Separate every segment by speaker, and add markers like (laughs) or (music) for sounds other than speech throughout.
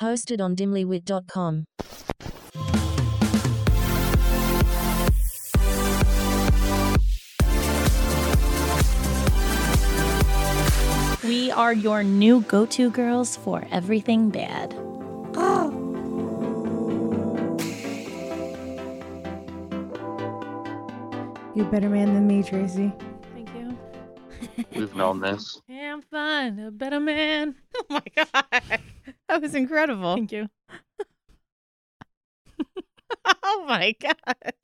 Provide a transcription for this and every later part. Speaker 1: hosted on dimlywit.com.
Speaker 2: We are your new go to girls for everything bad.
Speaker 3: You're a better man than me,
Speaker 4: (laughs)
Speaker 3: Tracy.
Speaker 4: Thank you.
Speaker 5: We've known this.
Speaker 4: Yeah, I'm fine. A better man. (laughs) Oh my god.
Speaker 3: That was incredible.
Speaker 4: Thank you. (laughs) oh my god.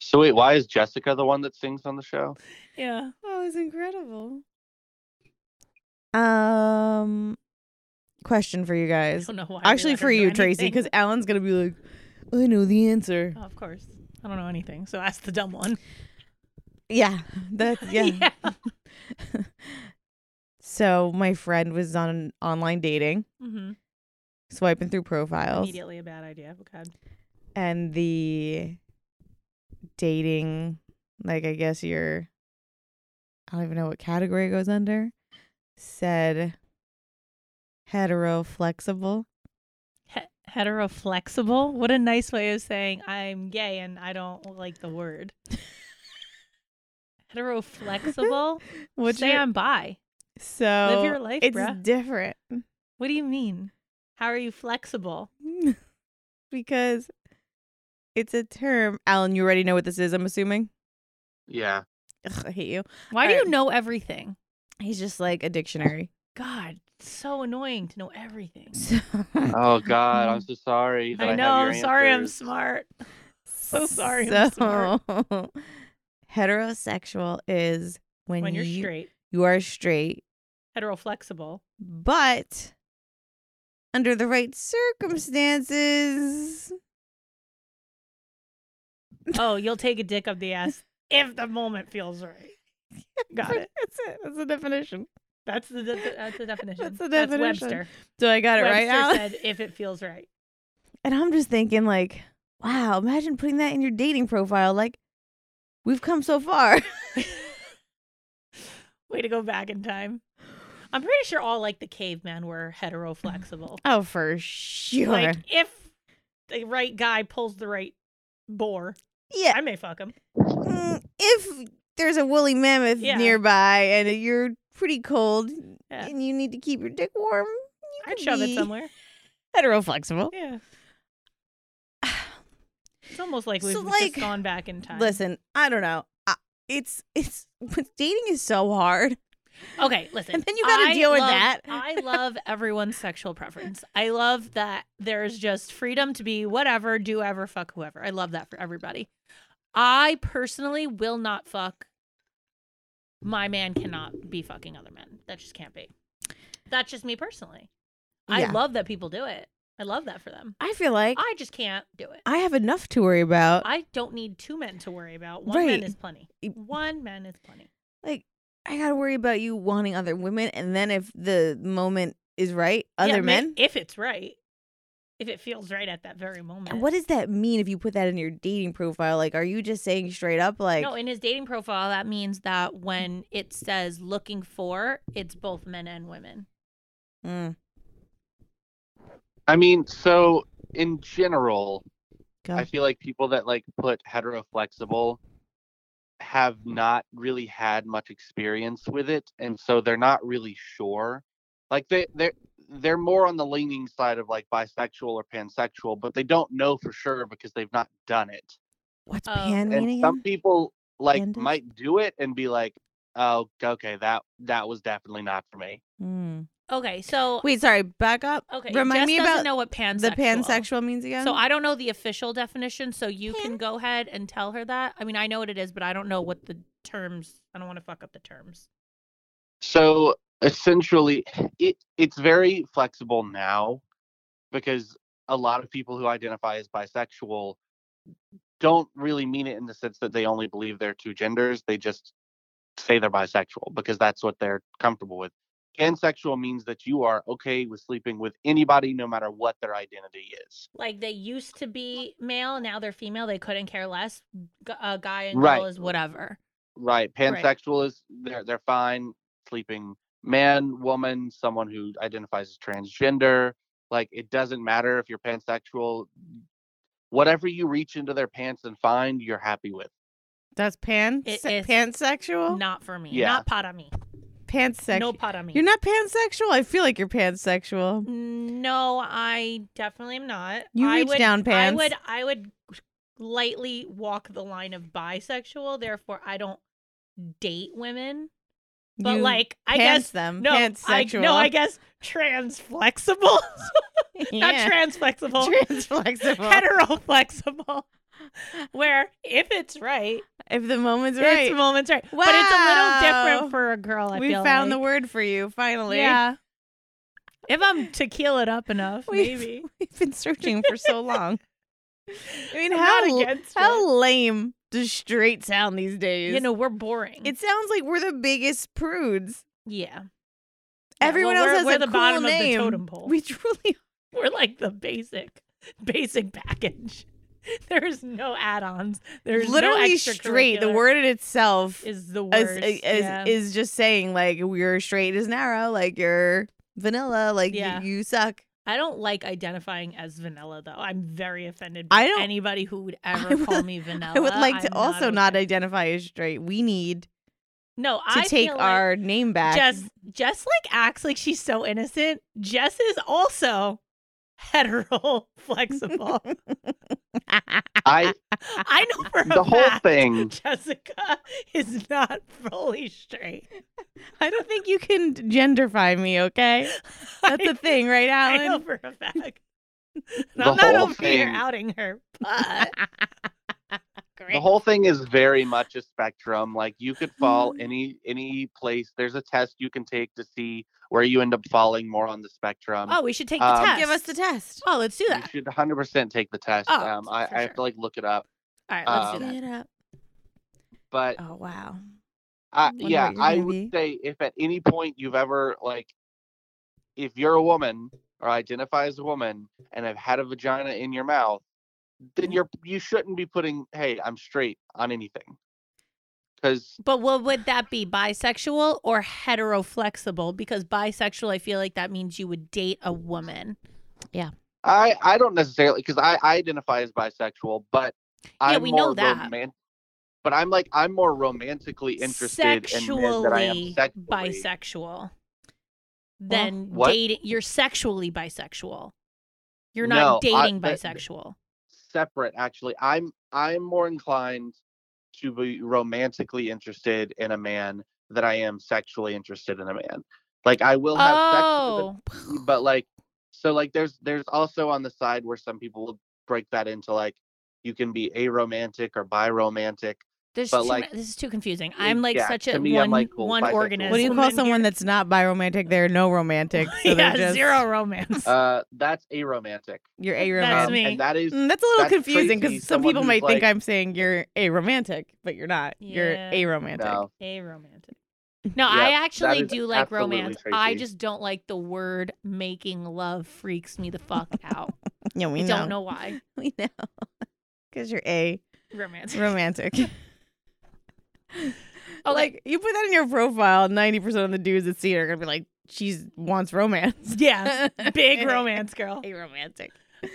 Speaker 5: So wait, why is Jessica the one that sings on the show?
Speaker 4: Yeah.
Speaker 3: That was incredible. Um, question for you
Speaker 4: I
Speaker 3: guys.
Speaker 4: don't know why. I
Speaker 3: Actually,
Speaker 4: realized
Speaker 3: for
Speaker 4: I
Speaker 3: you,
Speaker 4: don't know
Speaker 3: Tracy,
Speaker 4: anything.
Speaker 3: because Alan's gonna be like, I know the answer.
Speaker 4: (laughs) Oh, of course. I don't know anything, so ask the dumb one. (laughs)
Speaker 3: Yeah, that's yeah. (laughs) so my friend was on online dating,
Speaker 4: hmm
Speaker 3: swiping through profiles,
Speaker 4: Immediately a bad idea. Oh god.
Speaker 3: and the dating, like I guess your, I don't even know what category it goes under, said hetero flexible.
Speaker 4: He- heteroflexible. What a nice way of saying I'm gay and I don't like the word.
Speaker 3: (laughs)
Speaker 4: heteroflexible.
Speaker 3: What's
Speaker 4: Say
Speaker 3: your-
Speaker 4: I'm bi.
Speaker 3: So
Speaker 4: Live your life,
Speaker 3: Oh, it's
Speaker 4: bruh.
Speaker 3: different (laughs)
Speaker 4: What do you mean? How are you flexible?
Speaker 3: because it's a term. Alan, you already know what this is. I'm assuming.
Speaker 5: Yeah.
Speaker 3: Ugh, I hate you.
Speaker 4: Why
Speaker 3: All
Speaker 4: do you
Speaker 3: right.
Speaker 4: know everything?
Speaker 3: He's just like a dictionary. (laughs)
Speaker 4: God, it's so annoying to know everything.
Speaker 3: So,
Speaker 5: Oh God,
Speaker 4: (laughs)
Speaker 5: I'm so sorry. that
Speaker 4: I
Speaker 5: have
Speaker 4: know.
Speaker 5: your
Speaker 4: I'm sorry. I'm
Speaker 5: answers.
Speaker 4: smart. So sorry, I'm
Speaker 3: so, (laughs) heterosexual is when,
Speaker 4: When you're
Speaker 3: you,
Speaker 4: straight,
Speaker 3: You are straight, (laughs)
Speaker 4: heteroflexible.
Speaker 3: but under the right circumstances,
Speaker 4: Oh, you'll take a dick up the ass if the moment feels right. (laughs) Got it.
Speaker 3: That's it. That's the definition.
Speaker 4: That's the de- that's the
Speaker 3: (laughs)
Speaker 4: definition.
Speaker 3: That's the definition.
Speaker 4: Webster.
Speaker 3: So I got it right,
Speaker 4: Webster
Speaker 3: Alan.
Speaker 4: said if it feels right.
Speaker 3: (laughs) And I'm just thinking, like, wow, imagine putting that in your dating profile. Like, we've come so far. (laughs)
Speaker 4: Way to go back in time. I'm pretty sure all like the cavemen were
Speaker 3: (laughs)
Speaker 4: heteroflexible.
Speaker 3: Oh, for sure.
Speaker 4: Like if the right guy pulls the right bore,
Speaker 3: yeah.
Speaker 4: I may fuck him.
Speaker 3: mm, If there's a woolly mammoth
Speaker 4: Yeah.
Speaker 3: nearby and you're pretty cold
Speaker 4: Yeah.
Speaker 3: and you need to keep your dick warm, you
Speaker 4: I'd
Speaker 3: could
Speaker 4: shove
Speaker 3: be
Speaker 4: it somewhere.
Speaker 3: (laughs) Heteroflexible. (sighs)
Speaker 4: Yeah. It's almost like we've
Speaker 3: So,
Speaker 4: just
Speaker 3: like,
Speaker 4: gone back in time.
Speaker 3: Listen, I don't know. I, it's it's (laughs) dating is so hard.
Speaker 4: Okay, listen.
Speaker 3: And then you gotta
Speaker 4: I
Speaker 3: deal with
Speaker 4: love-
Speaker 3: that.
Speaker 4: I love everyone's sexual preference. I love that there's just freedom to be whatever, do ever, fuck whoever. I love that for everybody. I personally will not fuck. My man cannot be fucking other men. That just can't be. That's just me personally. I
Speaker 3: Yeah.
Speaker 4: love that people do it. I love that for them.
Speaker 3: I feel like I,
Speaker 4: I just can't do it.
Speaker 3: have enough to worry about.
Speaker 4: I don't need two men to worry about. One man
Speaker 3: Right.
Speaker 4: is plenty.
Speaker 3: E-
Speaker 4: One man is plenty.
Speaker 3: like I gotta worry about you wanting other women, and then if the moment is right,
Speaker 4: Yeah,
Speaker 3: other
Speaker 4: ma-
Speaker 3: men.
Speaker 4: if it's right if it feels right at that very moment
Speaker 3: And what does that mean if you put that in your dating profile? Like, are you just saying straight up, like,
Speaker 4: no in his dating profile that means that when it says looking for it's both men and women
Speaker 3: mm,
Speaker 5: I mean, so in general,
Speaker 3: go.
Speaker 5: I feel like people that like put heteroflexible have not really had much experience with it, and so they're not really sure. Like they they're they're more on the leaning side of like bisexual or pansexual, but they don't know for sure because they've not done it.
Speaker 3: What's
Speaker 4: Oh.
Speaker 3: pan
Speaker 5: and
Speaker 3: meaning?
Speaker 5: some people like
Speaker 3: Pandas?
Speaker 5: might do it and be like, "Oh, okay, that that was definitely not for me."
Speaker 3: Mm.
Speaker 4: okay so
Speaker 3: Wait, sorry, back up.
Speaker 4: okay
Speaker 3: remind
Speaker 4: Jess
Speaker 3: me
Speaker 4: doesn't
Speaker 3: about
Speaker 4: know what pansexual
Speaker 3: the pansexual means again.
Speaker 4: so i don't know the official definition so you can go ahead and tell her that i mean i know what it is but i don't know what the terms i don't want to fuck up the terms
Speaker 5: So essentially, it it's very flexible now because a lot of people who identify as bisexual don't really mean it in the sense that they only believe they're two genders. They just say they're bisexual because that's what they're comfortable with. Pansexual means that you are okay with sleeping with anybody, no matter what their identity is.
Speaker 4: like they used to be male now they're female they couldn't care less G- a guy and girl
Speaker 5: Right.
Speaker 4: is whatever
Speaker 5: Right.
Speaker 4: Right.
Speaker 5: Pansexual is they're they're fine sleeping man, woman, someone who identifies as transgender, Like it doesn't matter if you're pansexual. Whatever you reach into their pants and find, you're happy with.
Speaker 3: That's pan
Speaker 4: It
Speaker 3: se-
Speaker 4: is
Speaker 3: pansexual.
Speaker 4: Not for me.
Speaker 5: Yeah.
Speaker 4: Not pot on me.
Speaker 3: pansexual.
Speaker 4: No pot on me.
Speaker 3: You're not pansexual. I feel like you're pansexual.
Speaker 4: No, I definitely am not.
Speaker 3: You
Speaker 4: I
Speaker 3: reach
Speaker 4: would,
Speaker 3: down,
Speaker 4: I
Speaker 3: pants.
Speaker 4: would I would lightly walk the line of bisexual, therefore I don't date women. But
Speaker 3: You
Speaker 4: like I
Speaker 3: pants
Speaker 4: guess
Speaker 3: them.
Speaker 4: no, I,
Speaker 3: pansexual.
Speaker 4: no, I guess trans flexible. (laughs)
Speaker 3: Yeah. (laughs)
Speaker 4: Not trans flexible. (laughs)
Speaker 3: Transflexible.
Speaker 4: hetero flexible. Where if it's right,
Speaker 3: if the moment's right.
Speaker 4: it's moments right. But it's a little
Speaker 3: Wow.
Speaker 4: different for a girl, I
Speaker 3: we
Speaker 4: feel
Speaker 3: found
Speaker 4: like.
Speaker 3: the eh? word for you finally.
Speaker 4: Yeah. If I'm tequila it up enough,
Speaker 3: We've-
Speaker 4: maybe.
Speaker 3: (laughs) We've been searching for so
Speaker 4: (laughs)
Speaker 3: long. I mean,
Speaker 4: I'm
Speaker 3: how
Speaker 4: (laughs) not against
Speaker 3: how lame does straight sound these days?
Speaker 4: You know, mm. we're boring.
Speaker 3: it sounds like we're the biggest prudes.
Speaker 4: yeah. Yeah,
Speaker 3: Everyone
Speaker 4: well,
Speaker 3: else
Speaker 4: we're-
Speaker 3: has
Speaker 4: we're
Speaker 3: a
Speaker 4: the
Speaker 3: cool
Speaker 4: bottom
Speaker 3: name.
Speaker 4: of the totem pole.
Speaker 3: We truly
Speaker 4: (laughs) We're like the basic, basic package. (laughs) There's no add-ons. There's
Speaker 3: literally
Speaker 4: no
Speaker 3: straight. The
Speaker 4: extracurricular
Speaker 3: word in itself is
Speaker 4: is the
Speaker 3: is,
Speaker 4: worst.
Speaker 3: is,
Speaker 4: yeah.
Speaker 3: is just saying like we're straight as narrow, like you're vanilla, like y-
Speaker 4: Yeah.
Speaker 3: you suck.
Speaker 4: I don't like identifying as vanilla though. I'm very offended by
Speaker 3: I don't-
Speaker 4: anybody who would
Speaker 3: (laughs) I
Speaker 4: ever
Speaker 3: would-
Speaker 4: call me vanilla.
Speaker 3: I would like to
Speaker 4: I'm
Speaker 3: also
Speaker 4: okay.
Speaker 3: not identify as straight. We need
Speaker 4: no.
Speaker 3: to
Speaker 4: I
Speaker 3: take
Speaker 4: feel like
Speaker 3: our name back.
Speaker 4: Jess. Jess like acts like she's so innocent. Jess is also hetero (laughs) flexible.
Speaker 5: I
Speaker 4: I
Speaker 5: (laughs)
Speaker 4: know for a
Speaker 5: the whole
Speaker 4: fact
Speaker 5: thing.
Speaker 4: Jessica is not fully straight.
Speaker 3: I don't think (laughs)
Speaker 4: (laughs)
Speaker 3: you can genderfy me, okay? That's
Speaker 4: I-
Speaker 3: the thing, right,
Speaker 4: I know
Speaker 3: Alan?
Speaker 4: for a fact. And
Speaker 5: (laughs) The
Speaker 4: I'm not
Speaker 5: whole
Speaker 4: over here
Speaker 5: thing.
Speaker 4: outing
Speaker 5: (laughs)
Speaker 4: her, but
Speaker 5: The whole thing is very much a spectrum. Like you could fall any any place. There's a test you can take to see where you end up falling more on the spectrum.
Speaker 4: oh, we should take the
Speaker 5: Um,
Speaker 4: test.
Speaker 3: Give us the test.
Speaker 4: Oh, let's do
Speaker 5: you
Speaker 4: that.
Speaker 5: should 100% take the test.
Speaker 4: Oh,
Speaker 5: um, I,
Speaker 4: for
Speaker 5: I have
Speaker 4: sure.
Speaker 5: to like look it up.
Speaker 4: All right, let's do
Speaker 5: Um,
Speaker 4: that.
Speaker 3: Get up.
Speaker 5: But
Speaker 3: Oh wow.
Speaker 5: I,
Speaker 3: Wonder
Speaker 5: yeah,
Speaker 3: what you're
Speaker 5: I
Speaker 3: gonna
Speaker 5: would
Speaker 3: be.
Speaker 5: say if at any point you've ever like, if you're a woman or identify as a woman and have had a vagina in your mouth,
Speaker 4: Mm-hmm.
Speaker 5: then you're you shouldn't be putting "Hey, I'm straight" on anything, because
Speaker 4: But what would that be? Bisexual or heteroflexible? Because bisexual, I feel like that means you would date a woman.
Speaker 5: I I don't necessarily because I, I identify as bisexual, but I'm
Speaker 4: we know
Speaker 5: more
Speaker 4: that.
Speaker 5: roman- But I'm like I'm more romantically interested in men than I am
Speaker 4: Sexually
Speaker 5: sexually.
Speaker 4: bisexual. Then
Speaker 5: what?
Speaker 4: dating, you're sexually bisexual. You're not
Speaker 5: No, I- uh,
Speaker 4: dating
Speaker 5: that- that-
Speaker 4: bisexual.
Speaker 5: separate actually i'm i'm more inclined to be romantically interested in a man than i am sexually interested in a man like i will have
Speaker 4: Oh,
Speaker 5: sex with a, but like so like there's there's also on the side where some people will break that into like you can be aromantic or biromantic
Speaker 4: this, is
Speaker 5: but
Speaker 4: too
Speaker 5: like-
Speaker 4: ma- this is too confusing. I'm like
Speaker 5: yeah,
Speaker 4: such
Speaker 5: to
Speaker 4: a
Speaker 5: me,
Speaker 4: one
Speaker 5: I'm like, cool,
Speaker 4: one
Speaker 5: bisexual.
Speaker 4: organism.
Speaker 3: What do you call
Speaker 4: and
Speaker 3: someone that's not biromantic? They're no romantic.
Speaker 4: (laughs)
Speaker 3: So
Speaker 4: you're- yeah,
Speaker 3: they're just,
Speaker 4: zero romance.
Speaker 5: uh that's aromantic
Speaker 3: You're aromantic.
Speaker 4: That's
Speaker 5: Um,
Speaker 4: me.
Speaker 5: and that is
Speaker 3: Mm, that's a little
Speaker 5: That's
Speaker 3: confusing
Speaker 5: crazy.
Speaker 3: because some
Speaker 5: Someone
Speaker 3: people
Speaker 5: who's
Speaker 3: might think
Speaker 5: like-
Speaker 3: I'm saying you're aromantic, but you're not. You're
Speaker 4: Yeah.
Speaker 3: aromantic.
Speaker 5: no
Speaker 4: A romantic. No, I
Speaker 5: Yep, that
Speaker 4: actually
Speaker 5: is
Speaker 4: do like
Speaker 5: absolutely
Speaker 4: romance. I
Speaker 5: Tracy.
Speaker 4: just don't like the word making love freaks me the
Speaker 5: (laughs)
Speaker 4: fuck out.
Speaker 3: Yeah, we
Speaker 4: I
Speaker 3: know.
Speaker 4: don't know why.
Speaker 3: (laughs) We know. Because you're a
Speaker 4: Romance.
Speaker 3: (laughs)
Speaker 4: (laughs)
Speaker 3: romantic.
Speaker 4: Okay.
Speaker 3: Like you put that in your profile, ninety percent of the dudes that see it are gonna be like, "She wants
Speaker 4: (laughs)
Speaker 3: romance."
Speaker 5: (laughs)
Speaker 4: yeah. Big romance girl.
Speaker 3: Aromantic.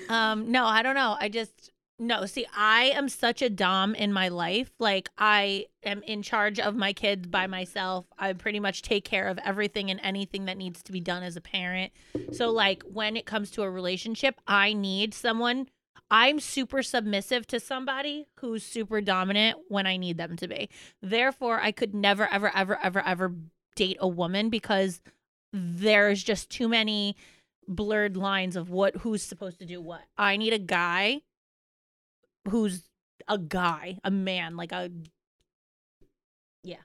Speaker 4: Um no, I don't know. I just no, see, I am such a dom in my life. Like I am in charge of my kids by myself. I pretty much take care of everything and anything that needs to be done as a parent. So like when it comes to a relationship, I need someone I'm super submissive to somebody who's super dominant when I need them to be. Therefore, I could never ever ever ever ever date a woman because there's just too many blurred lines of what who's supposed to do what. I need a guy who's a guy, a man, like a yeah.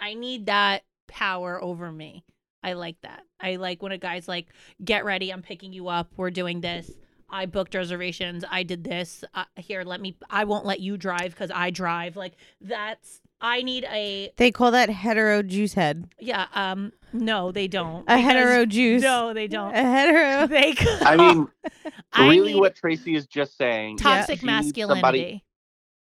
Speaker 4: I need that power over me. I like that. I like when a guy's like, "Get ready, I'm picking you up. We're doing this. I booked reservations. I did this. Uh, here, let me I won't let you drive cuz I drive." Like that's I need a
Speaker 3: They call that hetero juice head.
Speaker 4: yeah, um no, they don't.
Speaker 3: A
Speaker 4: because-
Speaker 3: hetero juice.
Speaker 4: No, they
Speaker 3: A (laughs)
Speaker 4: don't.
Speaker 3: hetero.
Speaker 4: They
Speaker 5: (laughs)
Speaker 4: (laughs)
Speaker 5: i mean
Speaker 4: I
Speaker 5: really
Speaker 4: need
Speaker 5: what tracy is just saying is
Speaker 4: toxic
Speaker 5: she needs
Speaker 4: masculinity.
Speaker 5: somebody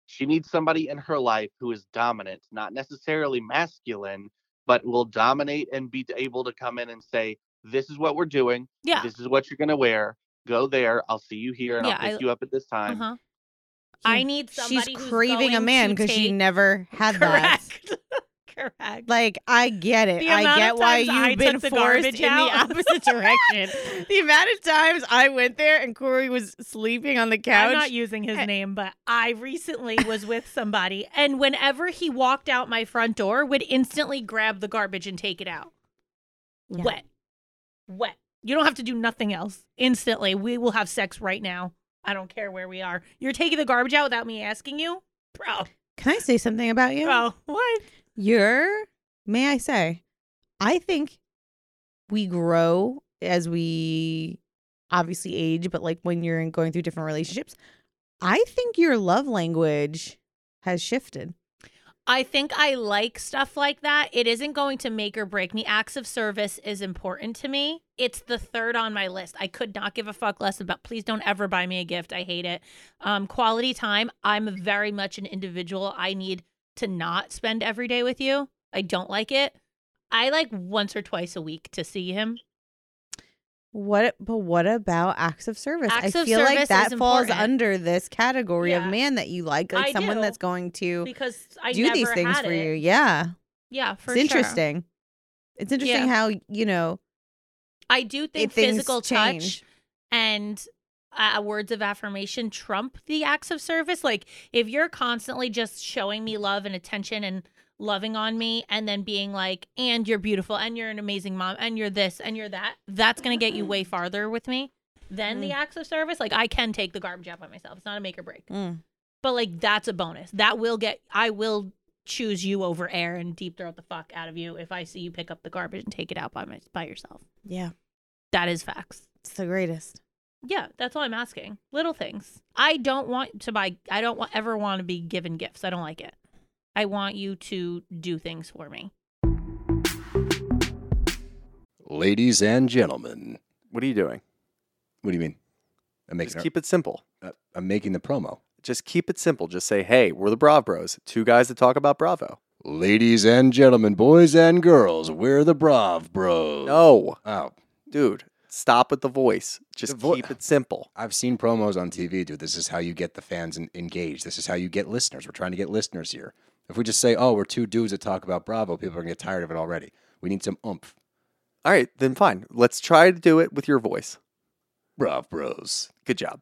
Speaker 5: She needs somebody in her life who is dominant, not necessarily masculine, but will dominate and be able to come in and say, this is what we're doing.
Speaker 4: Yeah.
Speaker 5: This is what you're gonna wear. Go there. I'll see you here, and
Speaker 4: Yeah,
Speaker 5: I'll
Speaker 4: I-
Speaker 5: pick you up at this time.
Speaker 4: Uh-huh. I
Speaker 3: She-
Speaker 4: need somebody
Speaker 3: She's
Speaker 4: who's
Speaker 3: craving a
Speaker 4: going
Speaker 3: man
Speaker 4: to
Speaker 3: because she
Speaker 4: take- (laughs)
Speaker 3: never had that.
Speaker 4: Correct. (laughs) Correct.
Speaker 3: Like I get it.
Speaker 4: The amount
Speaker 3: I
Speaker 4: of
Speaker 3: get why
Speaker 4: times
Speaker 3: you've
Speaker 4: I
Speaker 3: been
Speaker 4: took the
Speaker 3: forced
Speaker 4: garbage
Speaker 3: in
Speaker 4: out.
Speaker 3: the (laughs)
Speaker 4: (laughs)
Speaker 3: opposite direction. the amount of times I went there and Corey was sleeping on the couch. Eh.
Speaker 4: I'm not using his name, but
Speaker 3: (laughs)
Speaker 4: I recently was with somebody, and whenever he walked out my front door, would instantly grab the garbage and take it out.
Speaker 3: Yeah.
Speaker 4: Wet, wet. You don't have to do nothing else. Instantly, we will have sex right now. I don't care where we are. You're taking the garbage out without me asking you, bro.
Speaker 3: Can I say something about you?
Speaker 4: Bro, what?
Speaker 3: You're, may I say, I think we grow as we obviously age, but like when you're in- going through different relationships, I think your love language has shifted.
Speaker 4: I think I like stuff like that. It isn't going to make or break me. Acts of service is important to me. It's the third on my list. I could not give a fuck less about. Please don't ever buy me a gift. I hate it. Um, quality time. I'm very much an individual. I need to not spend every day with you. I don't like it. I like once or twice a week to see him.
Speaker 3: What but what about acts of service?
Speaker 4: Acts
Speaker 3: I
Speaker 4: of
Speaker 3: feel
Speaker 4: service
Speaker 3: like
Speaker 4: is
Speaker 3: that falls
Speaker 4: important.
Speaker 3: under this category
Speaker 4: Yeah.
Speaker 3: of man that you like, like
Speaker 4: I
Speaker 3: someone
Speaker 4: do.
Speaker 3: that's going to
Speaker 4: Because I
Speaker 3: do
Speaker 4: never
Speaker 3: these things
Speaker 4: had
Speaker 3: for
Speaker 4: it.
Speaker 3: you. Yeah.
Speaker 4: Yeah, for
Speaker 3: it's
Speaker 4: sure.
Speaker 3: interesting. It's interesting
Speaker 4: Yeah.
Speaker 3: how, you know,
Speaker 4: I do think
Speaker 3: It- things
Speaker 4: physical
Speaker 3: change.
Speaker 4: touch and uh, words of affirmation trump the acts of service. Like if you're constantly just showing me love and attention and loving on me and then being like, and you're beautiful and you're an amazing mom and you're this and you're that, that's going to get
Speaker 3: (laughs)
Speaker 4: you way farther with me than the acts of service. Like I can take the garbage out by myself. It's not a make or break.
Speaker 3: mm,
Speaker 4: But like that's a bonus. That will get I will choose you over air and deep throat the fuck out of you if I see you pick up the garbage and take it out by my, by yourself.
Speaker 3: yeah,
Speaker 4: That is facts.
Speaker 3: it's the greatest.
Speaker 4: Yeah, that's all I'm asking. Little things. I don't want to buy. I don't wa- ever want to be given gifts. I don't like it. I want you to do things for me.
Speaker 6: Ladies and gentlemen,
Speaker 7: What are you doing?
Speaker 6: what do you mean? I'm making
Speaker 7: Just
Speaker 6: a-
Speaker 7: keep it simple.
Speaker 6: uh, I'm making the promo.
Speaker 7: Just keep it simple. Just say, hey, we're the Bravo Bros, two guys that talk about Bravo.
Speaker 6: Ladies and gentlemen, boys and girls, we're the Brav Bros.
Speaker 7: No,
Speaker 6: Oh,
Speaker 7: dude, stop with the voice. Just
Speaker 6: The vo-
Speaker 7: keep it simple.
Speaker 6: I've seen promos on TV, dude. This is how you get the fans en- engaged. This is how you get listeners. We're trying to get listeners here. If we just say, "Oh, we're two dudes that talk about Bravo," people are gonna get tired of it already. We need some oomph.
Speaker 7: All right, then fine. Let's try to do it with your voice.
Speaker 6: Brav Bros.
Speaker 7: Good job.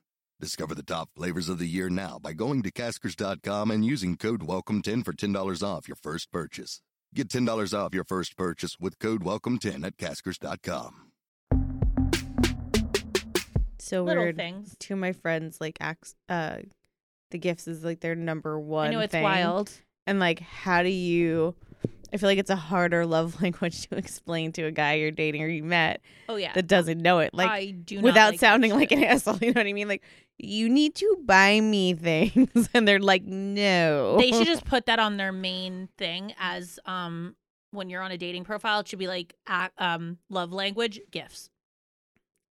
Speaker 8: Discover the top flavors of the year now by going to Caskers.com and using code WELCOME10 for $10 off your first purchase. Get $10 off your first purchase with code WELCOME10 at Caskers.com.
Speaker 3: So
Speaker 4: Little
Speaker 3: weird.
Speaker 4: things.
Speaker 3: Two of my friends like acts uh the gifts is like their number one.
Speaker 4: I know it's
Speaker 3: thing.
Speaker 4: wild.
Speaker 3: And like how do you I feel like it's a harder (laughs) love language to explain to a guy you're dating or you met
Speaker 4: Oh yeah.
Speaker 3: that doesn't know it. Like
Speaker 4: I do not
Speaker 3: without
Speaker 4: like that
Speaker 3: sounding like an
Speaker 4: shit.
Speaker 3: asshole, (laughs) you know what I mean? Like you need to buy me things (laughs) and they're like no.
Speaker 4: They should just put that on their main thing as um when you're on a dating profile, it should be like uh, um love language gifts.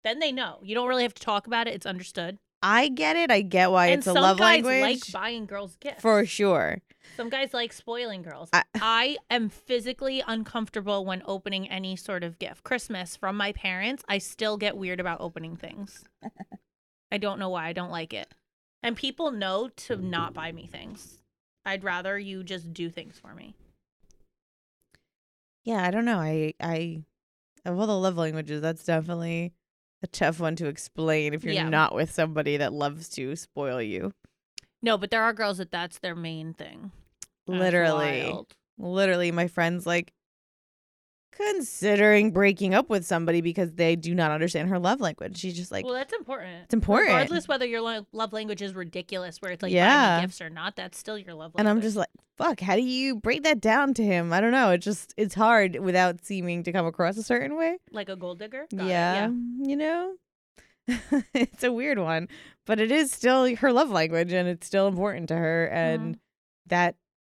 Speaker 4: Then they know. You don't really have to talk about it. It's understood.
Speaker 3: (laughs) I get it. I get why
Speaker 4: and
Speaker 3: it's a
Speaker 4: some
Speaker 3: love
Speaker 4: guys
Speaker 3: language
Speaker 4: like buying girls gifts
Speaker 3: for sure.
Speaker 4: Some guys like spoiling girls. I,
Speaker 3: I- (laughs)
Speaker 4: am physically uncomfortable when opening any sort of gift. Christmas from my parents, I still get weird about opening things. I don't know why. I don't like it. And people know to not buy me things. I'd rather you just do things for me.
Speaker 3: Yeah, I don't know. I I of all the love languages, that's definitely a tough one to explain if you're
Speaker 4: Yeah.
Speaker 3: not with somebody that loves to spoil you.
Speaker 4: No, but there are girls that that's their main thing. That's
Speaker 3: Literally.
Speaker 4: wild.
Speaker 3: Literally, my friend's like considering breaking up with somebody because they do not understand her love language. She's just like,
Speaker 4: well, that's important.
Speaker 3: it's important.
Speaker 4: Regardless whether your lo- love language is ridiculous, where it's like buying
Speaker 3: Yeah.
Speaker 4: me gifts or not, that's still your love language.
Speaker 3: and I'm just like, fuck, how do you break that down to him? I don't know. It just, it's hard without seeming to come across a certain way.
Speaker 4: like a gold digger. Got it,
Speaker 3: yeah, You know? (laughs) it's a weird one, but it is still her love language and it's still important to her.
Speaker 4: Mm-hmm.
Speaker 3: And that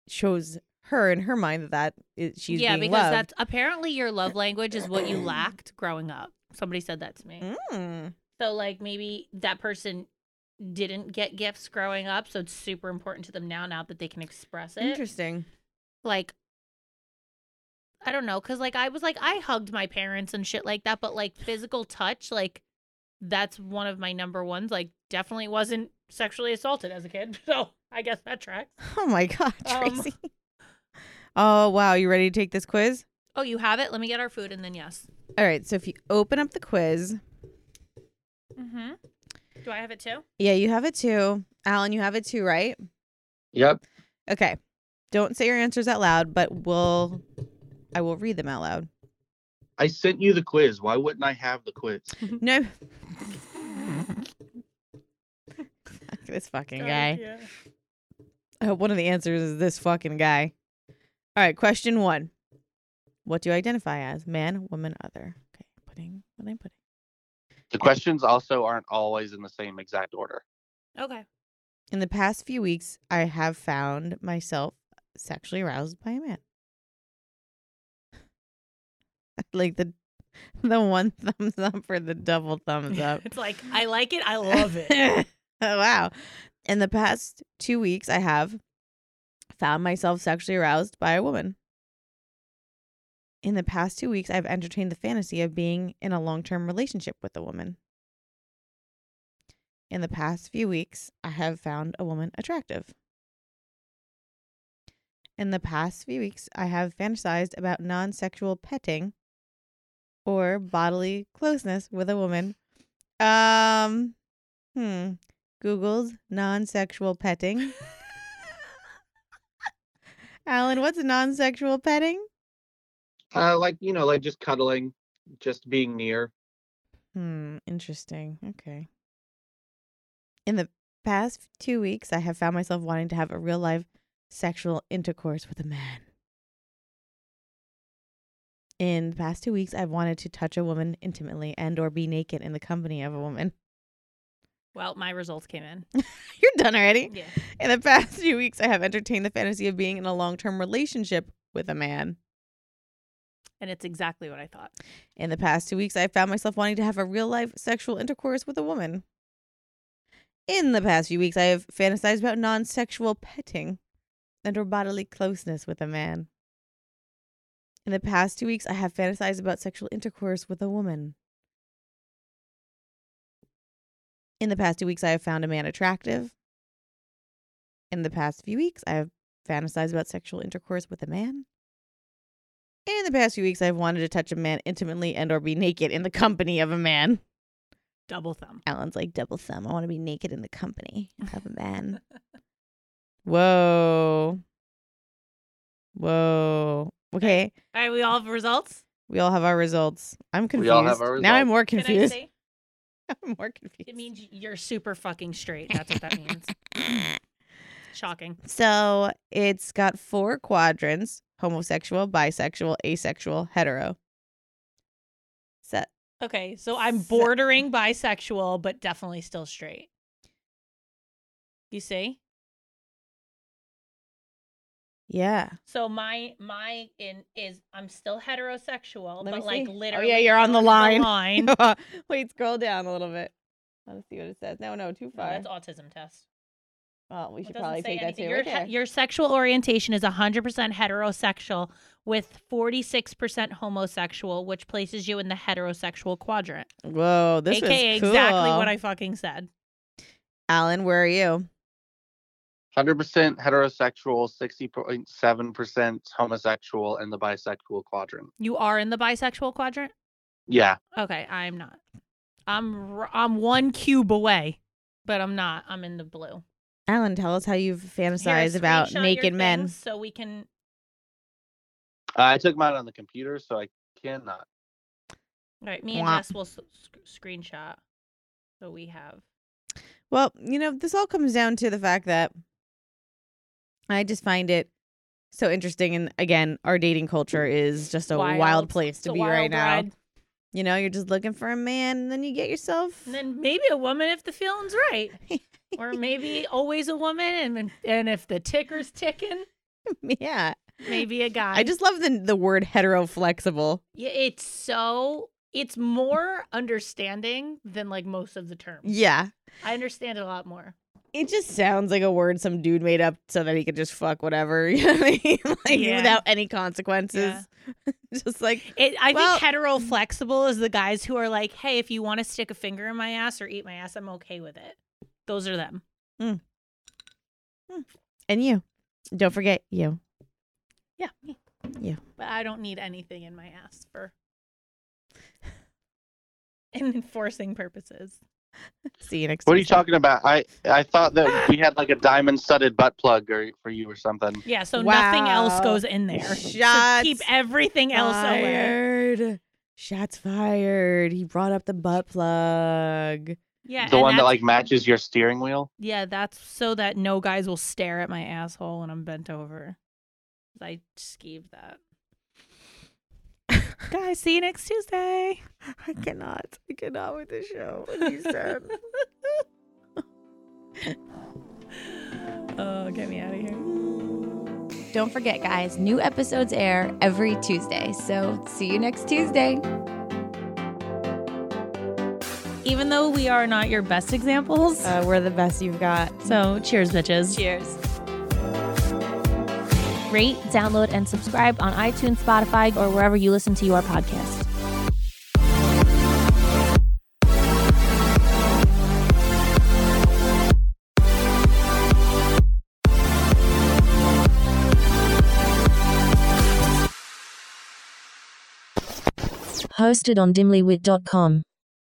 Speaker 3: shows her in her mind that, that is, she's
Speaker 4: yeah,
Speaker 3: being
Speaker 4: because
Speaker 3: loved.
Speaker 4: that's apparently your love language is what you lacked growing up. Somebody said that to me.
Speaker 3: Mm.
Speaker 4: So like maybe that person didn't get gifts growing up, so it's super important to them now. Now that they can express it,
Speaker 3: Interesting. (laughs)
Speaker 4: like I don't know, cause like I was like I hugged my parents and shit like that, but like physical touch, like that's one of my number ones. Like definitely wasn't sexually assaulted as a kid, (laughs) so I guess that tracks.
Speaker 3: Oh my God,
Speaker 4: Um,
Speaker 3: Tracy. (laughs) oh, wow. You ready to take this quiz?
Speaker 4: Oh, you have it. Let me get our food, and then yes.
Speaker 3: All right. So if you open up the quiz,
Speaker 4: Mm-hmm. Do I have it too?
Speaker 3: yeah, you have it too. Alan, you have it too, right?
Speaker 5: Yep.
Speaker 3: Okay. Don't say your answers out loud, but we'll I will read them out loud.
Speaker 5: I sent you the quiz. Why wouldn't I have the quiz?
Speaker 4: Hmm.
Speaker 3: No. Fuck this fucking guy. I hope one of the answers is this fucking guy. All right, question one. What do you identify as? Man, woman, other. Okay, putting what I'm putting.
Speaker 5: The questions also aren't always in the same exact order.
Speaker 4: Okay.
Speaker 3: In the past few weeks, I have found myself sexually aroused by a man. (laughs) like the the one (laughs) thumbs up or the double thumbs up.
Speaker 4: It's like I like it. I love it.
Speaker 3: (laughs) Oh, wow. In the past two weeks, I have found myself sexually aroused by a woman. In the past two weeks, I've entertained the fantasy of being in a long term relationship with a woman. In the past few weeks, I have found a woman attractive. In the past few weeks, I have fantasized about non sexual petting or bodily closeness with a woman. Um, hmm. Google's non-sexual petting. Alan, what's non-sexual petting?
Speaker 5: Uh, like you know, like just cuddling, just being near.
Speaker 3: Hmm, interesting. Okay. In the past two weeks, I have found myself wanting to have a real life sexual intercourse with a man. In the past two weeks, I've wanted to touch a woman intimately and or be naked in the company of a woman. (laughs)
Speaker 4: Well, my results came in.
Speaker 3: You're done already.
Speaker 4: Yeah.
Speaker 3: In the past few weeks, I have entertained the fantasy of being in a long term relationship with a man.
Speaker 4: And it's exactly what I thought.
Speaker 3: In the past two weeks, I found myself wanting to have a real life sexual intercourse with a woman. In the past few weeks, I have fantasized about non sexual petting and or bodily closeness with a man. In the past two weeks, I have fantasized about sexual intercourse with a woman. In the past two weeks, I have found a man attractive. In the past few weeks, I have fantasized about sexual intercourse with a man. In the past few weeks, I've wanted to touch a man intimately and/or be naked in the company of a man.
Speaker 4: Double thumb.
Speaker 3: Alan's like double thumb. I want to be naked in the company of a
Speaker 5: (laughs)
Speaker 3: man. Whoa, whoa. Okay,
Speaker 4: All right, we all have results.
Speaker 3: we all have our results. I'm confused.
Speaker 5: We all have our
Speaker 3: Now I'm
Speaker 5: results.
Speaker 3: more
Speaker 4: Can I
Speaker 3: confused. (laughs)
Speaker 4: say?
Speaker 3: I'm more confused.
Speaker 4: It means you're super fucking straight. That's
Speaker 3: (laughs)
Speaker 4: what that means. Shocking.
Speaker 3: so it's got four quadrants: homosexual, bisexual, asexual, hetero. So
Speaker 4: Okay, so I'm
Speaker 3: So-
Speaker 4: bordering bisexual, but definitely still straight. You see?
Speaker 3: yeah.
Speaker 4: So my my in is I'm still heterosexual,
Speaker 3: Let me
Speaker 4: but like
Speaker 3: see.
Speaker 4: literally.
Speaker 3: Oh yeah, you're on the line. (laughs)
Speaker 4: line. (laughs)
Speaker 3: Wait, scroll down a little bit. Let's see what it says. No, no, too
Speaker 4: No,
Speaker 3: far.
Speaker 4: that's autism test.
Speaker 3: well, we
Speaker 4: It
Speaker 3: should
Speaker 4: doesn't
Speaker 3: probably
Speaker 4: say
Speaker 3: take that too.
Speaker 4: anything.
Speaker 3: Right
Speaker 4: Your, he-
Speaker 3: there.
Speaker 4: your sexual orientation is 100% heterosexual with 46% homosexual, which places you in the heterosexual quadrant.
Speaker 3: Whoa, this
Speaker 4: AKA
Speaker 3: is cool.
Speaker 4: exactly what I fucking said.
Speaker 3: Alan, where are you?
Speaker 5: Hundred percent heterosexual, sixty point seven percent homosexual, and the bisexual quadrant.
Speaker 4: You are in the bisexual quadrant?
Speaker 5: Yeah,
Speaker 4: Okay, I'm not. I'm r- I'm one cube away, but I'm not. I'm in the blue.
Speaker 3: Alan, tell us how you've
Speaker 4: Here,
Speaker 3: fantasized about
Speaker 4: screenshot your
Speaker 3: naked men.
Speaker 4: things So we can.
Speaker 5: I took mine on the computer, so I cannot.
Speaker 4: All right, me and
Speaker 3: Wah.
Speaker 4: Jess will s- sc- screenshot. So we have.
Speaker 3: Well, you know, this all comes down to the fact that I just find it so interesting. And again, our dating culture is just a wild,
Speaker 4: Wild.
Speaker 3: place to
Speaker 4: It's a
Speaker 3: be right
Speaker 4: wild ride.
Speaker 3: now. You know, you're just looking for a man, and then you get yourself.
Speaker 4: And then maybe a woman if the feeling's right. or maybe always a woman and and if the ticker's ticking,
Speaker 3: (laughs) yeah.
Speaker 4: maybe a guy.
Speaker 3: I just love the the word hetero flexible.
Speaker 4: yeah, it's so it's more understanding than like most of the terms.
Speaker 3: Yeah.
Speaker 4: I understand it a lot more.
Speaker 3: It just sounds like a word some dude made up so that he could just fuck whatever, (laughs) you know what I mean? like
Speaker 4: Yeah.
Speaker 3: without any consequences. (laughs) just like
Speaker 4: It, I
Speaker 3: Well-
Speaker 4: think hetero flexible is the guys who are like, hey, if you want to stick a finger in my ass or eat my ass, I'm okay with it. Those are them.
Speaker 3: and you. Don't forget you.
Speaker 4: Yeah, me.
Speaker 3: Yeah.
Speaker 4: But I don't need anything in my ass for (laughs) enforcing purposes.
Speaker 3: See you next
Speaker 5: What are you
Speaker 3: Tuesday.
Speaker 5: talking about? I I thought that we had like a diamond studded butt plug or, for you or something.
Speaker 4: Yeah, so nothing else
Speaker 3: Wow.
Speaker 4: goes in there. So keep
Speaker 3: Shots
Speaker 4: everything else away.
Speaker 3: fired. Shots fired. He brought up the butt plug.
Speaker 4: Yeah,
Speaker 5: the
Speaker 4: and
Speaker 5: one that
Speaker 4: that's-
Speaker 5: like matches your steering wheel.
Speaker 4: Yeah, that's so that no guys will stare at my asshole when I'm bent over. I skeeved that. (laughs) guys, see you next Tuesday.
Speaker 3: I cannot. I cannot with the show. (laughs)
Speaker 4: (laughs) Oh, get me out of here.
Speaker 9: Don't forget, guys, new episodes air every Tuesday. So see you next Tuesday.
Speaker 2: Even though we are not your best examples.
Speaker 3: uh, we're the best you've got.
Speaker 2: so cheers, bitches.
Speaker 9: Cheers.
Speaker 2: Rate, download, and subscribe on iTunes, Spotify, or wherever you listen to your podcast.
Speaker 1: Hosted on dimlywit.com.